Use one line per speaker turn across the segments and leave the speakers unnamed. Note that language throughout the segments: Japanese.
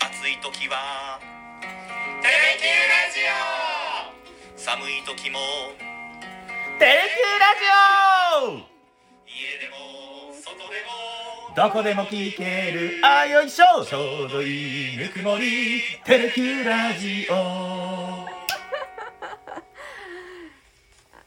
暑い時は
テレキューラジオ
寒い時も
テレキューラジ
家でも外でも
オどこでも聞けるあよいしょちょうどいいぬくもりテレキューラジオ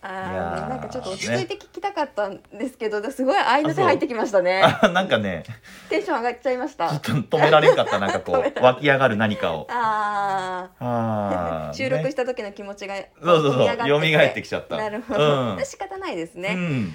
あ
いやー
ーなんかちょっと落ち着いて聞きたかったんですけど、すごい合いの手入ってきましたね
あなんかね
テンション上がっちゃいました
ちょっと 止められんかったなんかこう湧き上がる何かを
あ
あ
あ
ー
収録し
ね
た時の気持ちが
そうそうそう
よみが
蘇ってきちゃった
なるほ
う
ど、
ん
仕方ないです
う
ね、
ん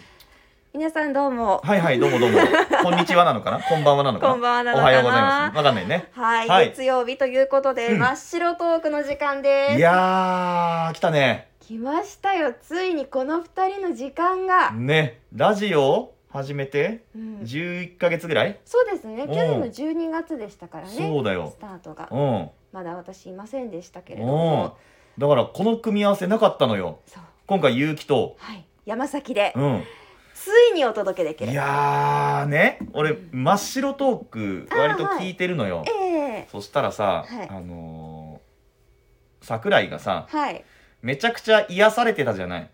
皆さんどうも
はいはいどうもどうもこんにちはなのかなこんばんはなのかな
こんばんはなの
お
かな
はようございますわかんないね
はい、
はい
月曜日ということで、
うん
真っ白トークの時間です
いやー来たね
来ましたよついにこの二人の時間が、
ねラジオ始めて
うん
11ヶ月ぐらい
そうですね
ん
去年の12月でしたからね
そうだよ
スタートが
うん
まだ私いませんでしたけれど
うん
も
だからこの組み合わせなかったのよ
そう
今回結城と
はい山崎で
うん
ついにお届けできる
いやーね俺
うん
真っ白トーク割と聞いてるのよ、
ええ
そしたらさ、
はい
あのー桜井がさ
はい
めちゃくちゃ癒されてたじゃない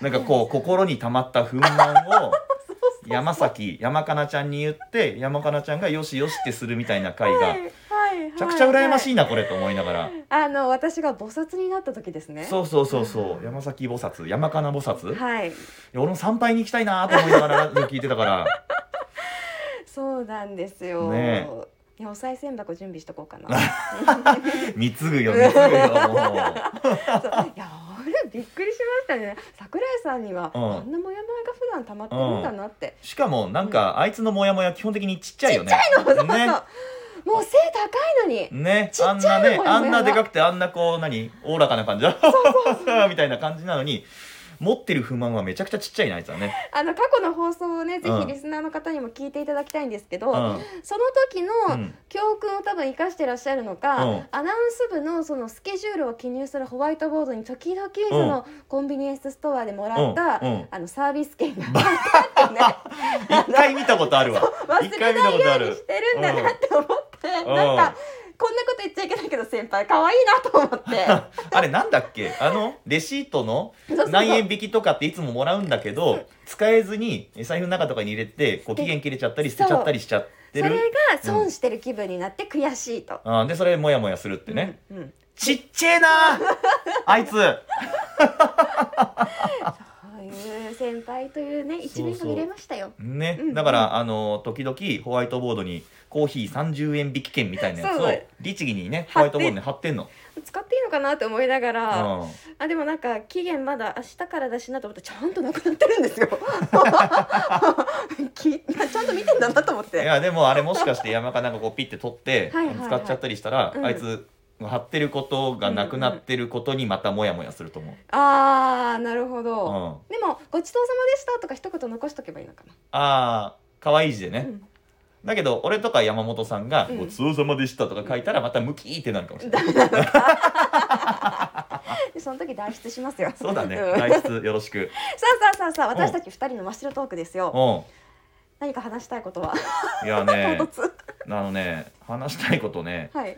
なんかこう
そう
心に溜まった不満を
そうそう
山崎山かなちゃんに言って山かなちゃんがよしよしってするみたいな回
は
が
いはいはい
めちゃくちゃ羨ましい
い
なこれと思いながら。
あの私が菩薩になった時ですね
そうそうそうそう山崎菩薩山かな菩薩、いや
はい
俺も参拝に行きたいなと思いながら聞いてた から
そうなんですよ、
ね
いやお賽銭箱準備しとこうか な
貢ぐよ貢ぐよもう
そういやあれびっくりしましたね桜井さんには、
うん
あんなモヤモヤが普段溜まってるんだなって、
しかもなんかあいつのモヤモヤ基本的にちっちゃいよね
そうそうそう
ね
もう背高いのに
ね
ち
あ
っ
ん
ちゃ
ない
の
ね
も
あ
やもやが
んなでかくてあんなこう何おおらかな感じ みたいな感じなのに持ってる不満はめちゃくちゃちっちゃいなあいつはね、
あの過去の放送をねぜ
うん
ひリスナーの方にも聞いていただきたいんですけど、
うん
その時
う
の
ん、
教訓を多分生かしてらっしゃるのか、
うん
アナウンス部のそのスケジュールを記入するホワイトボードに時々そのコンビニエンスストアでもらった、
うんうん
あのサービス 券があったってね
一回見たことあるわ
忘
一
れ
回見た
ない
ことあ
ように
る
してるんだなって思って、
うん
なん
うん
かこんなこと言っちゃいけないけど先輩可愛いなと思って
あれなんだっけあのレシートの
そうそう
何円引きとかっていつももらうんだけど使えずに財布の中とかに入れてこう期限切れちゃったり捨てちゃったりしちゃって
それが
る
損してる気分になって悔しいと。
あーでそれモヤモヤするってね、
うんうん
ちっちゃいなあいつ
そういう先輩というね一面が見れましたよ。
ね
うん
だからあの時々ホワイトボードにコーヒー30円引き券みたいなやつ
そ
を
う
律儀にね
貼
ホワ
って
イトボードに貼ってんの、
使っていいのかなって思いなが
う
ら、
ん、
あでもなんか期限まだ明日からだしなと思ってちゃんとなくなってるんですよ。 きちゃんと見てんだなと思っ
い
て。
やでもあれもしかして山かなんかこうピッて取って
はいはいはい
使っちゃったりしたら、
うん
あいつ貼ってることがなくなってることにまたモヤモヤすると思う、
あーなるほ
うん
ど。
あ
でもごちそうさまでしたとか一言残しとけばいいのか
あー可愛い字で
な。
ね、だけど俺とか山本さんが「
うん
ごちそうさまでした」とか書いたらまたムキーってなるか もしれない、
うんその時代筆しますよ。
そうだね
んさあ
外出よろしく
さあさあさあ私たち二人の真っ白トークです
う
よ。何か話したいことは
んいや
唐
ね
突。
あのね話したいことね
はい。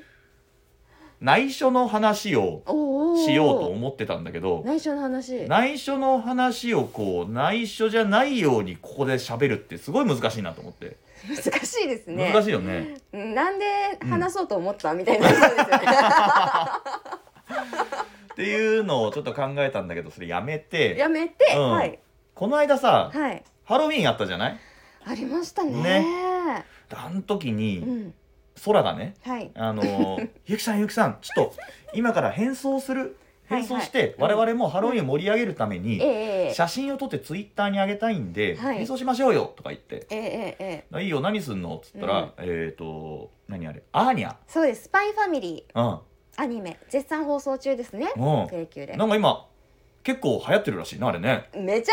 内緒の話を
おお。
しようと思ってたんだけど
内緒の 話。
内緒の話をこう内緒じゃないようにここで喋るってすごい難しいなと思って、
難しいですね。
難しいよね
うんなんで話そうと思った、みたいな人ですよね。
っていうのをちょっと考えたんだけどそれやめて
やめて、
うん
はい
この間さ
はい
ハロウィーンあったじゃない
ありましたね。
あの時
う
に
ん
空がね
はい
あの ーゆきさんゆきさんちょっと今から変装する
はい
変装して我々もハロウィーンを盛り上げるため
え
に
ええ
写真を撮ってツイッターに上げたいんで
はい
変装しましょうよとか言って
えええええ
「いいよ何すんの?」っつったらえっと何あれアーニャ
そうですスパイファミリ
うん
ーアニメ絶賛放送中ですね。
うん
テレキューで。
なんか今結構流行ってるらしいなあれね
めちゃめちゃ流行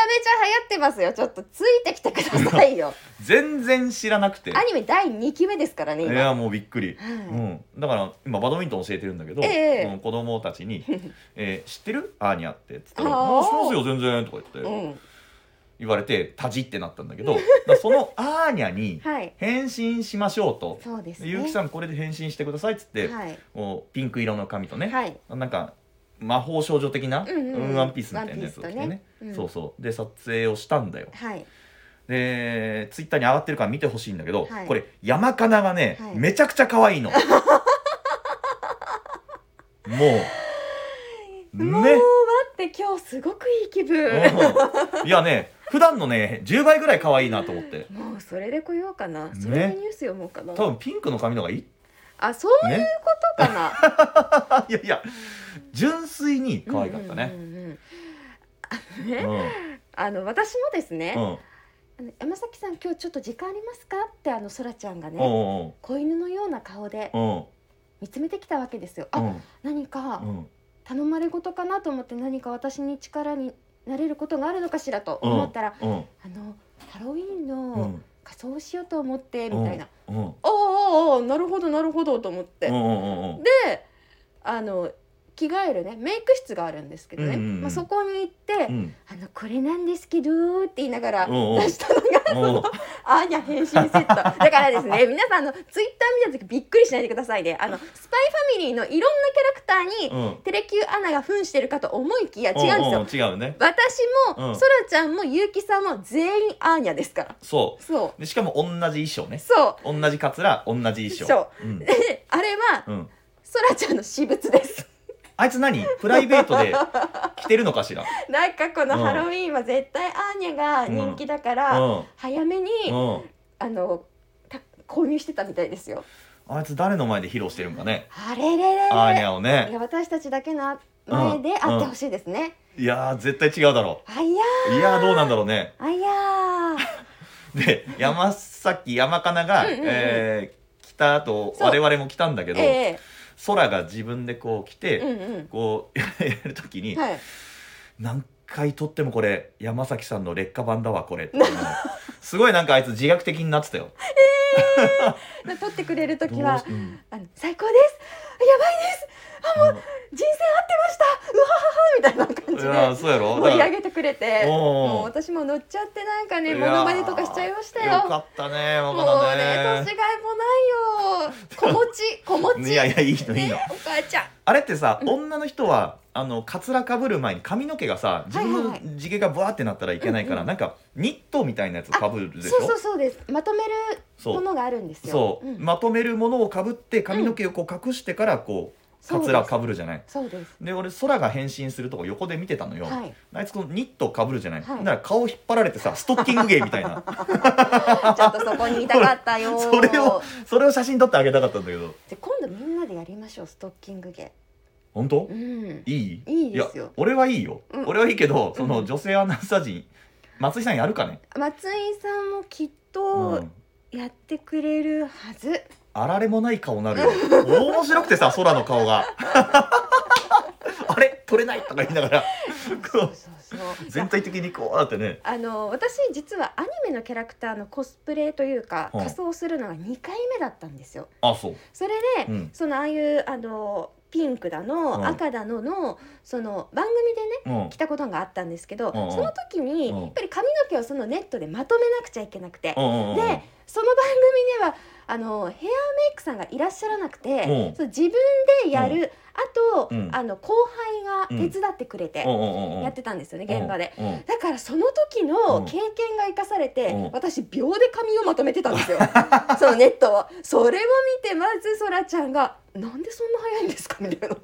ってますよ。ちょっとついてきてくだ さいよ。
全然知らなくて
アニメ第二期目ですからね。
い
今
やもうびっくり
は
うん、だから今バドミントン教えてるんだけど、
ええ
その子供たちに
い。
「えー知ってるアーニャって」っつったら「
あー
あしますよ全然」とか言って、
うん。
言われてタジってなったんだけどだからそのアーニャに
はい
返信しましょうと
そうですね
ゆうきさんこれで返信してくださいっつって、
はい
こうピンク色の髪とね、
はい
なんか魔法少女的な、
うんうんうん
ワンピースみたいなやつを着てね
ワンピースとねうん
そうそうで撮影をしたんだよ
はい
でツイッターに上がってるから見てほしいんだけど、
はい
これ山かながね、
はい
めちゃくちゃ可愛いのもう
もう待
ね
って今日すごくいい気分
うんいやね普段のね10倍ぐらい可愛いなと思って
もうそれで来ようかな
ね
それでニュース読もうかな
多分ピンクの髪の方がいい
あそういう
ね
ことかない
やいや純粋に可愛かったね
うんうんうんうん
うん
ねあの私もですね
うんうん
あの山崎さん今日ちょっと時間ありますかってあのそらちゃんが
う
ね
ん
子犬のような顔で
うん
見つめてきたわけですよ
う
あ
ん
何か
うん
頼まれ事かなと思って何か私に力になれることがあるのかしらと
うん
思ったら
うん
あのハロウィーン
う
の
ん
仮装をしようと思ってみたいな
うんうん
ああああなるほどなるほどと思って
うんうんうん
であの着替えるねメイク室があるんですけど
うん
ね、
うんうん
まあ、そこに行って、
うん
あの「これなんですけど」って言いながら
うんうん
出したのが
うん
アーニャ変身セットだからです ね皆さんあのツイッター見た時びっくりしないでくださいねあのスパイファミリーのいろんなキャラクターに、
うん
テレキューアナが扮してるかと思いきや違うんですよ、
すよ違うね
私
う
も
ん
そらちゃんもゆうきさんも全員アーニャですから
そ
そう
でしかも同じ衣装ね
そ
同じカツラ同じ衣装、
そう
ん
うで あれは
うん、
そらちゃんの私物です
あいつ何プライベートで着てるのかしら
なんかこの
うん
ハロウィーンは絶対アーニャが人気だから、
うん
早めに、
うん
あのた購入してたみたいですよ。
あいつ誰の前で披露してるんかね
あれれれ
アーニ
れ
ャをね
いや私たちだけの前で会ってほしいですね。
いやー絶対違うだろ
あいや
ういやーどうなんだろうね
ーあいや
で山崎山かなが、
うんうんうん
えー来た後
そう
我々も来たんだけ
ー
ど、
え
空が自分でこう来て、
えうん
こうやる時
う
に、
んはい
何回撮ってもこれ山崎さんの劣化版だわこれっていうの すごいなんかあいつ自虐的になってたよ。
で撮ってくれる
ど
時
う
は
しうん
あの最高ですやばいです人生合ってましたうわはははみたいな感
いやー
じで
そうやろ
盛り上げてくれて
おー
もう私も乗っちゃってなんかねモノマネとかしちゃいました
いやーよ
よ。
かったね
も
わ
う
か
ね
った
年
ね
がいもないよ子持 ち子持ち
いやいやいいのいいの
ねお母ちゃん
あれってさ、
うん
女の人はあのカツラかぶる前に髪の毛がさ自分
は
の
いはい
地毛がブワーってなったらいけないから、
うんうん
なんかニットみたいなやつかぶるでしょ
そうそうそうですまとめる
そ
も
う
のがあるんですよ
そう、
ん
まとめるものをかぶって髪の毛をこう隠してからこう、
そ
カ
うです
ツラかぶるじゃない
そうです
で俺空が変身するとこ横で見てたのよ、
はい
あいつこのニットかぶるじゃない、
はい
だから顔引っ張られてさストッキング芸みたい な
ちょっとそこにいたかった よ
それをそれを写真撮ってあげたかったんだけど
で今度みんなでやりましょうストッキング芸
本当、
うん
いい
いいですよ
や俺はいいよ、
うん
俺はいいけどその
うん
女性アナウンサー陣松井さんやるかね、
松井さんもきっ
う
と
ん、
やってくれるはず、
あられもない顔なるよ面白くてさ空の顔が あれ撮れないとか言いながら
そ
こ
う
う
そうそう
全体的にこうだってね
あの私実はアニメのキャラクターのコスプレというか
うん
仮装するのが2回目だったんですよ
あそう
それで、
うん
そのああいうあのピンクだ
う
の、
ん
赤だののその番組でね
うん
来たことがあったんですけど、
うんうん
その時に、
うん
やっぱり髪の毛をそのネットでまとめなくちゃいけなくて、
うんうんうん
でその番組ではあのヘアメイクさんがいらっしゃらなくて、
うん
そう自分でやる、あと、
うん
あの後輩が手伝ってくれて
うんうんうんうん
やってたんですよね、現場で。
うんうん
だからその時
う
の
ん
経験が生かされて、
うん
私秒で髪をまとめてたんですよ そのネットをそれを見てまずそらちゃんが「なんでそんな早いんですか?」みたいな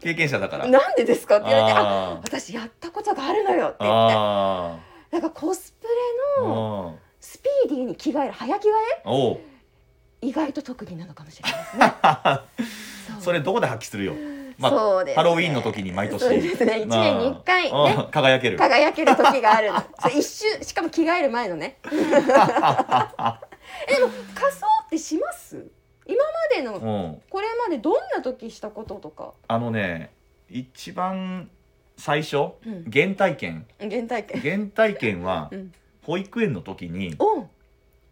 経験者だから
「なんでですか?」って言われて「あ
あ
私やったことがあるのよ」っ
ー
て言って
あ
なんかコスプ
ー
レの
うん
スピーディーに着替える早着替
おう
え意外と特技なのかもしれないですねう
それどこで発揮するよまあ
そうです
ハ
ね
ロウィーンの時に毎年
そうですね1
まあ
年に1回 ね
うん輝ける
輝ける時があるのそう一瞬しかも着替える前のねえでも仮装ってします今までの
うん
これまでどんな時したこととか、
あのね一番最初
うん、
原体験
原体験
原体験は
うん
保育園の時に
お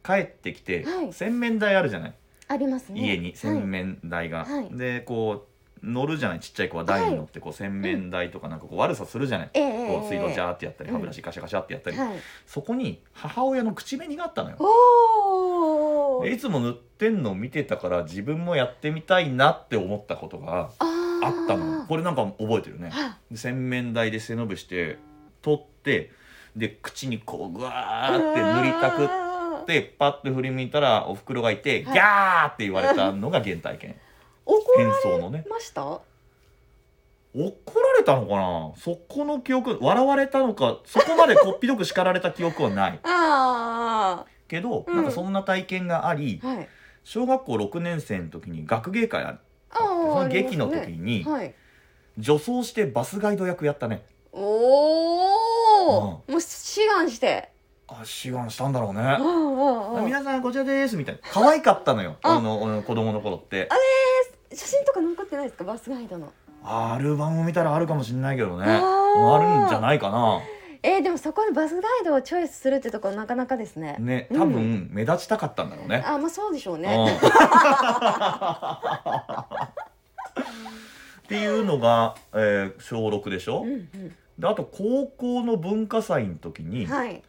帰ってきて
はい
洗面台あるじゃない
ありますね
家に洗
はい
面台が
はい
でこう乗るじゃないちっちゃい子は台に乗ってこう洗面台とかなんかこう悪さするじゃない、
ええ
こう水道ジャ
は
ーってやったり歯ブラシガシャガシャってやったり、
い
そこに母親の口紅があったのよ
おお
でいつも塗ってんのを見てたから自分もやってみたいなって思ったことが
あ
あ
ー
ったのこれなんか覚えてるね
は
で洗面台で背伸びして取ってで口にこうぐわーって塗りたくっ
あー
てパッと振り向いたらおふくろがいてギ
はい
ャーって言われたのが原体験
怒
変
ら
装のね
れました
怒られたのかなそこの記憶笑われたのかそこまでこっぴどく叱られた記憶はない
あ
けど、
うん
なんかそんな体験があり
あはい
小学校6年生の時に学芸会あって
あ
そ
ー
の
あります
劇
ね
の時に
はい
女装してバスガイド役やったね
おお、もう志願して
あ志願したんだろうね
あーあーあー
皆さんこちらですみたいな可愛かったのよ
あ
あのうん子供の頃って
写真とか残ってないですかバスガイドの
あアルバム見たらあるかもしれないけどね
あー
あるんじゃないかな
えー、でもそこでバスガイドをチョイスするってとこなかなかですね
ね
うん
多分目立ちたかったんだろうね、
あまあそうでしょう
うん、
ね
っていうのが、えー小6でしょ、
うんうん
であと高校の文化祭の時に、
はい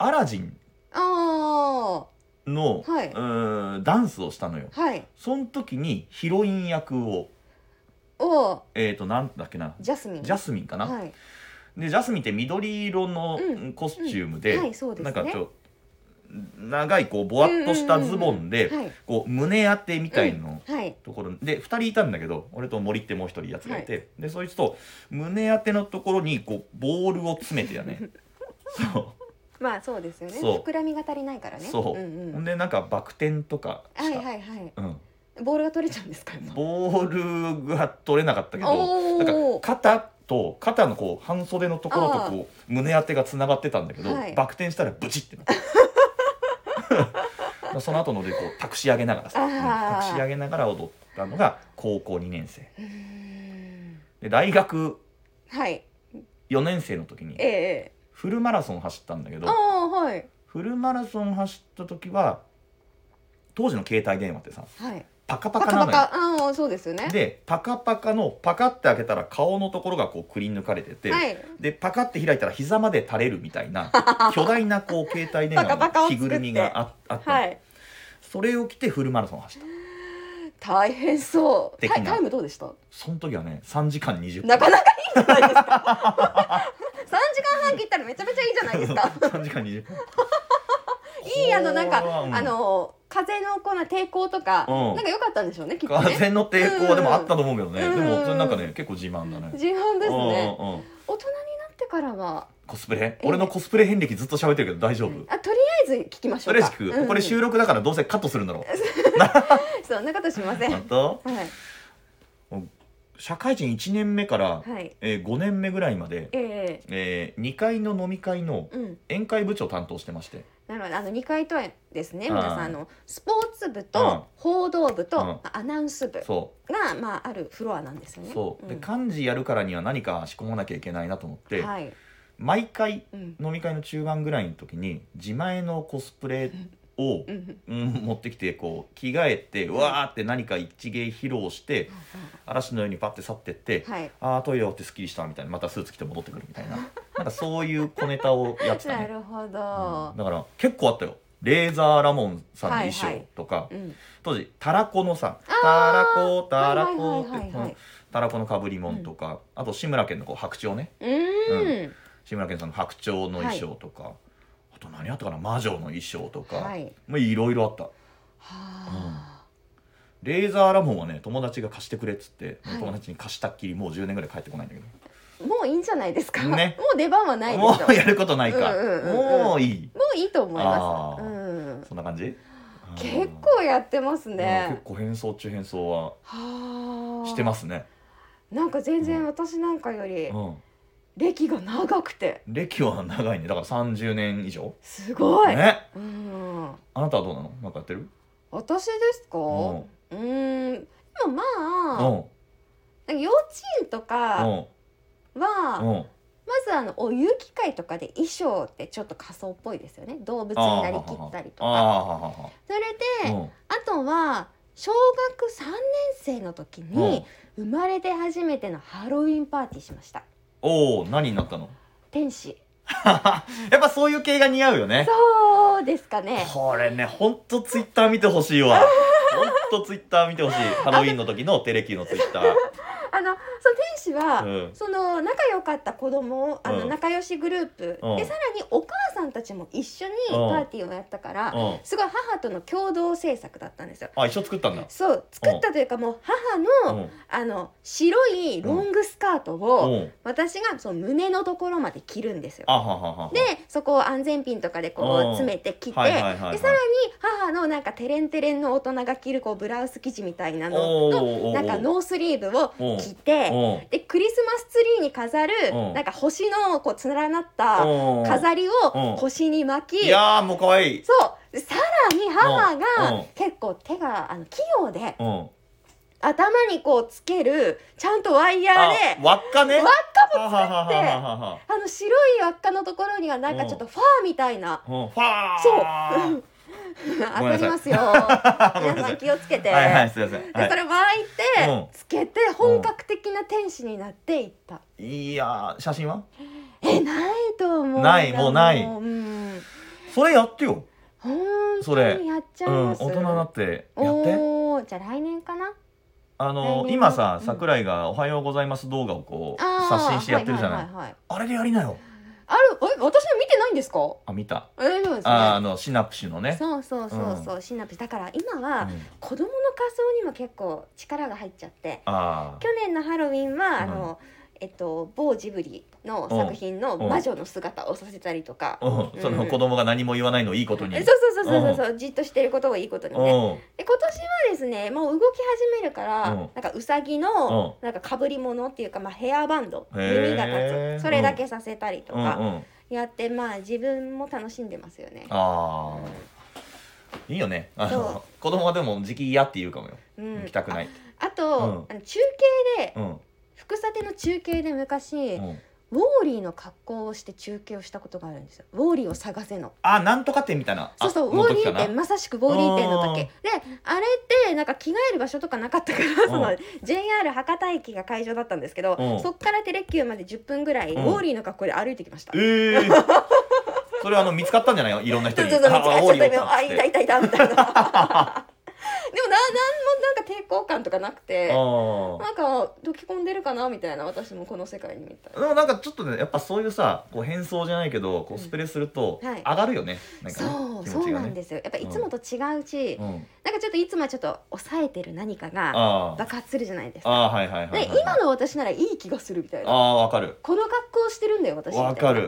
アラジン
あ
の、
はいう
ーんダンスをしたのよ
あはい
その時にヒロイン役を
おー
えっ、となんだっけな
ジャスミン
ジャスミンかな、
はい
でジャスミンって緑色の
うん
コスチュームで、
はいそうです
な
ね
んかちょ長いこうぼわっとしたズボンで、
はい
こう胸当てみたいの
はい
ところで2人いたんだけど俺と森ってもう1人やつがいて、でそいつと胸当てのところにこうボールを詰めてや ねそ
まあそうですよね
そう
膨らみが足りないから
う
ね
そう、
ん
ほ
うんん、
でなんかバク転とか
は
し
い
た、
はいはい
うん、
ボールが取れちゃうんですかやっぱ
ボールが取れなかったけど
お
なん
お
か肩と肩のこう半袖のところとこう胸当てがつながってたんだけど、
はい
バク転したらブチって なったその後のでこうタクシー上げながらさ
あ
うん
ー
タクシー上げながら踊ったのが高校2年生
うーん
で大学
はい
4年生の時に
ええ
フルマラソン走ったんだけ
あ
ど
あはい
フルマラソン走った時は当時の携帯電話ってさ
はい
パカパ
パ
カな
カ
のよ
パカああーそうですよね
でパカパカのパカって開けたら顔のところがこうくり抜かれてて、
はい
でパカって開いたら膝まで垂れるみたい な巨大なこう携帯電
パカ
話
パカ
の
を
着
作って
ぐるみがああったの、
はい
それを着てフルマラソン走った
大変そう
的
タイ
な
タイムどうでした
その時はね3時間20分
なかなかいいじゃないですか 三時間半切ったらめちゃめちゃいいじゃない ですか
3時間20分
いいあのなんか
これはうん
あの風のこの抵抗とか、
うん
なんか良かったんでしょうねきっとね
風の抵抗はでもあったと思うけどね、
うん
でもそれなんかね結構自慢だね
自販ですね
うんうんうん
大人になってからは
コスプレ俺のコスプレ遍歴ずっと喋ってるけど大丈夫、
あとりあえず聞きましょ
と
う
り
か
あえず聞く、これ収
録
録だからどうせカットするんだろ
そんなことしませ
うんあ
はい
と社会人1年目から、
はい
えー、5年目ぐらいまで、
ええ
えー、2階の飲み会の
うん
宴会部長を担当してまして
なるほどあの二階とはですね
うん
皆さんあのスポーツ部
うん
と報道部
う
と
ん
アナウンス部
そ
がまああるフロアなんですよ
う
ね
そう、で
ん
幹事やるからには何か仕込まなきゃいけないなと思って、
はい
毎回
うん
飲み会の中盤ぐらいの時に自前のコスプレを
う、ん
うん、持ってきてこう着替えてうわーって何か一芸披露して嵐のようにパッて去ってって、
はい
ああトイレ終わってすっきりしたみたいなまたスーツ着て戻ってくるみたいななんかそういう小ネタをやってた
な
ね、
るほ
うん
ど、
だから結構あったよレーザーラモンさんの衣装とか、
うん
当時たらこのさ
ー
たらこたら
は
こ
い
っ
はいは
て
い
こ
はい
のたらこのかぶりもんとか、あと志村けんのこう白鳥ね
うーん
志村けんさんの白鳥の衣装とか、あと何あったかな魔女の衣装とか、
はい
まあ、いろいろあった
は
レーザーラモンはね友達が貸してくれっつって、
はい
友達に貸したっきりもう10年ぐらい帰ってこないんだけど
あもういいんじゃないですか、
ね
もう出番はないでしょ
もうやることないか、
うんうんうんうん
もういい
もういいと思いま
あ
す、
ー
うん、
そんな感じ
結構やってます
うん
ね
結構変装中変装は
はあ
してますね、
なんか全
う
然
ん
私なんかより
うん、
歴が長くて
歴は長いねだから30年以上、
すごい、
ね
うん、
あなたはどうなのなんかやってる
私ですか
うん
うーんでもまあ
うん
なんか幼稚園とかは
うんうん
まずあのお遊戯会とかで衣装ってちょっと仮装っぽいですよね動物になりきったりと
あ
か
あははは
それで
は
あとは小学3年生の時に生まれて初めてのハロウィンパーティーしました
おお何になったの
天使
やっぱそういう系が似合うよね
そうですかね
これねほんとツイッター見てほしい わほんとツイッター見てほしいハロウィンの時のテレキューのツイッター
あのその天使は、
うん
その仲良かった子供をあの、
うん
仲良しグループ、
うん
でさらにお母さんたちも一緒にパ
うん
ーティーをやったから、
うん
すごい母との共同制作だったんですよ。
あ一緒作ったんだ
そう作ったというかもう
う
母の,、
ん
あの白いロングスカート
う
を
ん
私がその胸のところまで着るんですよ。
あははは
でそこを安全ピンとかでこ
うん
う詰めて着て、
はいはいはいはい
でさらに母のなんかテレンテレンの大人が着るこうブラウス生地みたいなのの
おーおーおー
なんかノースリーブを着て。
うん
でクリスマスツリーに飾る
うん
なんか星のこう連なった
うん
飾り
うん
を腰に巻き
いやーもう可愛い
そうでさらに母
うんう
が
ん
結構手があの器用で
うん
頭にこうつけるちゃんとワイヤー
あ
で
輪っかね
輪っかも
はは
作
は
って
ははは
あの白い輪っかのところにはなんかちょっとファーみたいな
うんファー
そう 当
ごめん
た
なさ
り
い
ま
ご
すよ
めんなさ
皆さん
い
気をつけて。
はいはいすいません、
でそ
は
れ巻いて
うん
つけて本格的な天使になっていった。
い、いやー写真は
えないと思う
ないもうない
うん
それやってよ、
ほん
そ
と
れ
にやっちゃ
う
い
ん、
ま
大
す、
人になってやって
おおじゃあ来年かな
あの
来年
今さ
うん
桜井が「おはようございます」動画をこう
あー
刷新してやってるじゃない,、
はいはいはいはい
あれでやりなよ
あるえ私の見てないんですか
あ見た
え大丈夫ですね
あーあのシナプシュのね
そうそうそうそう、シナプスだから今
あ、う
は
ん、
子供の仮装にも結構力が入っちゃって
あー
去年のハロウィンはあの、えっと某ジブリの作品の魔女の姿をさせたりとか、
うん、その子供が何も言わないのをいいことに
えそうそうそうそうそうそう、じっとしてることをいいことにね
うん
で今年はですねもう動き始めるから、
うん
なんかうさぎの、なんかかぶり物っていうか、まあ、ヘアバンド
へー
耳が立つそれだけさせたりと
うんう
か
ん
やって、まあ自分も楽しんでますよね。
あーいいよねあ
そ
の子供はでも時期嫌って言うかもよ、
うん
行きたくないって
ああと、
う
あの中継で
うん
福さての中継で昔、
う
ウ
ん
ォーリーの格好をして中継をしたことがあるんですよ。ウォーリーを探せの。
あなんとか店みたいな
そうそうウ
あの
ォーリ
時か
ー
な
店まさしくウォーリー店の時
あー
であれってなんか着替える場所とかなかったからその JR 博多駅が会場だったんですけど
うん
そっからテレキューまで10分ぐらいウ
うん
ォーリーの格好で歩いてきました。
ええ それあの見つかったんじゃないよいろんな人
そう
に
そうそう
あ
見つかっち
青
ゃっ
い
た
よ
よあいたいたいたみたいなでもななんもなんか抵抗感とかなくて
あ
なんかどき込んでるかなみたいな私もこの世界にみたい
あでもなんかちょっとねやっぱそういうさこう変装じゃないけどこうスプレーすると
うんはい
上がるよね、
な
なんかね
そう
気
そ
持
う
ち
な
が
ん
ね
ですよやっぱいつもと違うし、
うん
なんかちょっといつもはちょっと抑えてる何かが
ああ
爆発するじゃないですか
ああはいはいはい、
で
はいはい、
今の私ならいい気がするみたい
あ
な
あわかる
この格好してるんだよ私みたいな
わかる、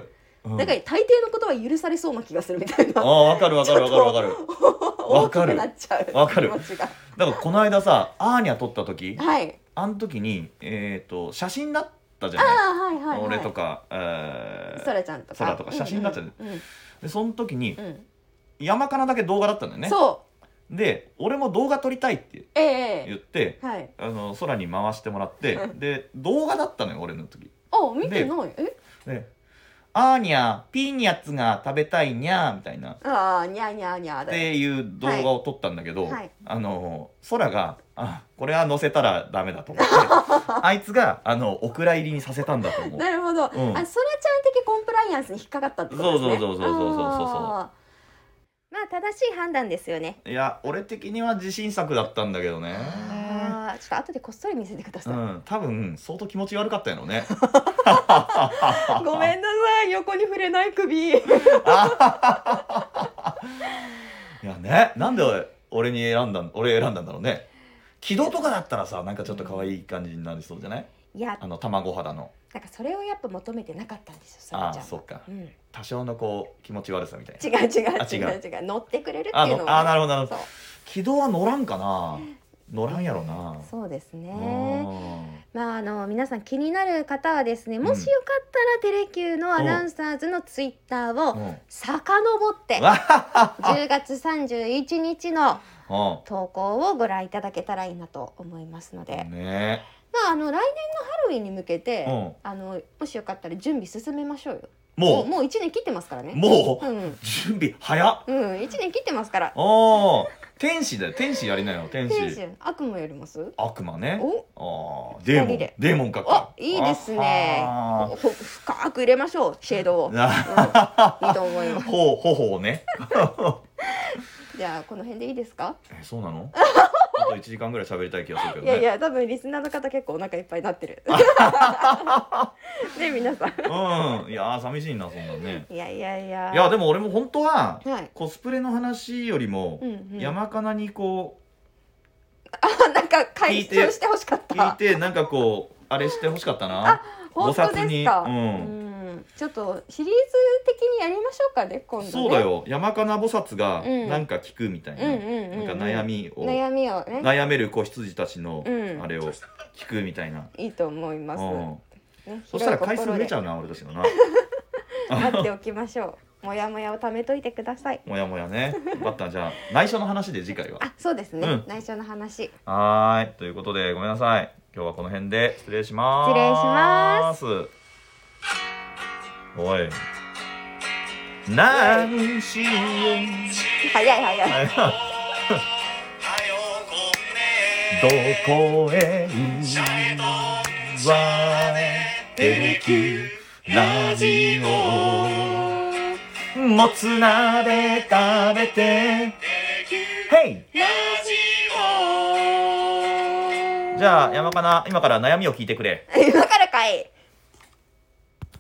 うん
だから大抵のことは許されそうな気がするみたい
あ
な
あわかるわかるわかるわかる
大
わ
き
かる
くなっちゃう
わかる
気持ちが
だからこの間さアーニャ撮った時
はい
あの時にえっ、と写真だったじゃ
ああ
ない
はいはい、はい、
俺とか、えー
そらちゃんとか
そらとか写真になっちゃう
うんうん
でその時に
うんうん
山からだけ動画だったんだよね
そう
で俺も動画撮りたいって
え
言
え
って
はい
あの空に回してもらって
う
で動画だったのよ俺の時
あ見てないえ
で「あーにゃーピーニャツが食べたいにゃー」みたいなっ
ああにゃーにゃーにゃーで
ていう動画を撮ったんだけど、
はいはい
あの空が「あこれは載せたらダメだ」と思って あいつがあのお蔵入りにさせたんだと思う。
なるほど、あそ
ん
らちゃん的コンプライアンスに引っかかったってことですね
そうそうそうそうそうそうそう
あーまあ正しい判断ですよね
いや俺的には自信作だったんだけどね
あーちょっと後でこっそり見せてくだ
う
さい、
ん多分相当気持ち悪かったんやろう ね
ごめんなさい横に触れない首 い
いやねなんで俺に選んだん俺選んだんだろうね軌道とかだったらさなんかちょっと可愛い感じになりそうじゃない
や
あの卵肌の
なんかそれをやっぱ求めてなかったんですよそら
あ
ちゃ
あ
ん
そ
は
っか
うん、違う
多少のこう気持ち悪さみたいな
違う違
あ違
う違
う
う乗ってくれるっ
あ
ていうの
のあなる
る
ほどなるほ
そ
ど
う
軌道は乗らんかな乗らんやろな
そうですね、
うん
まああの皆さん気になる方はですねも
う
し
ん
よかったらテレキューのアナウンサーズのツイッターを
うん
遡って
わはは
10月31日の
は
投稿をご覧いただけたらいいなと思いますの
う
で
ん、ね
まああの来年のハロウィンに向けて、
うん
あのもしよかったら準備進めましょうよもう
も
もう1年切ってますから
う
ね
も
う
うん準備早っ
うん1年切ってますから
おー天使だよ天使やりなよ天使
天使悪魔やります
悪魔ね
お
あーデーモ
二人
ン
で
デーモンか
あいいですね
あ
ほ深く入れましょうシェード
ー
を、うん、い
ない
と思います
ほうほほうね
じゃあこの辺でいいですか
えそうなのあと1時間ぐらい喋りたい気がするけど
い
ね
やいや多分リスナーの方結構お腹いっぱいになっ てるね皆さん
うんいやー寂しいなそんなんね
いやいやいや
いやでも俺も本当は
はい
コスプレの話よりも
うんうん
山かなにこ
あ なんか
聞
解
いて
消してほしかっ
う聞い
た
てなんかこうあれしてほしかったな
本当ですか
菩薩
う
にうん
んちょっとシリーズ的にやりましょうかね今度ね
そうだよ山かな菩薩が
うん
なんか聞くみたいな,、
うんうんうんうん
なんか悩みを
悩みをね
悩める子羊たちの
うん
あれを聞くみたいな、
いいと思います
うん
ね
そしたら回数増えちゃうな俺たちのな
待っておきましょう もやもやを貯めといてください
もやもやねよかったじゃあ内緒の話で次回は
あそうですね、
うん
内緒の話
はーいということでごめんなさい今日はこの辺で失礼しま
失礼します
おい何しよ
早い早い
はよこんね
どこへ
シャレと
う
シャレテレキューラジオ
もつ鍋食べて
テレキュー
ヘイ
ラジオ
じゃあ山かな今から悩みを聞いてくれ
今からかい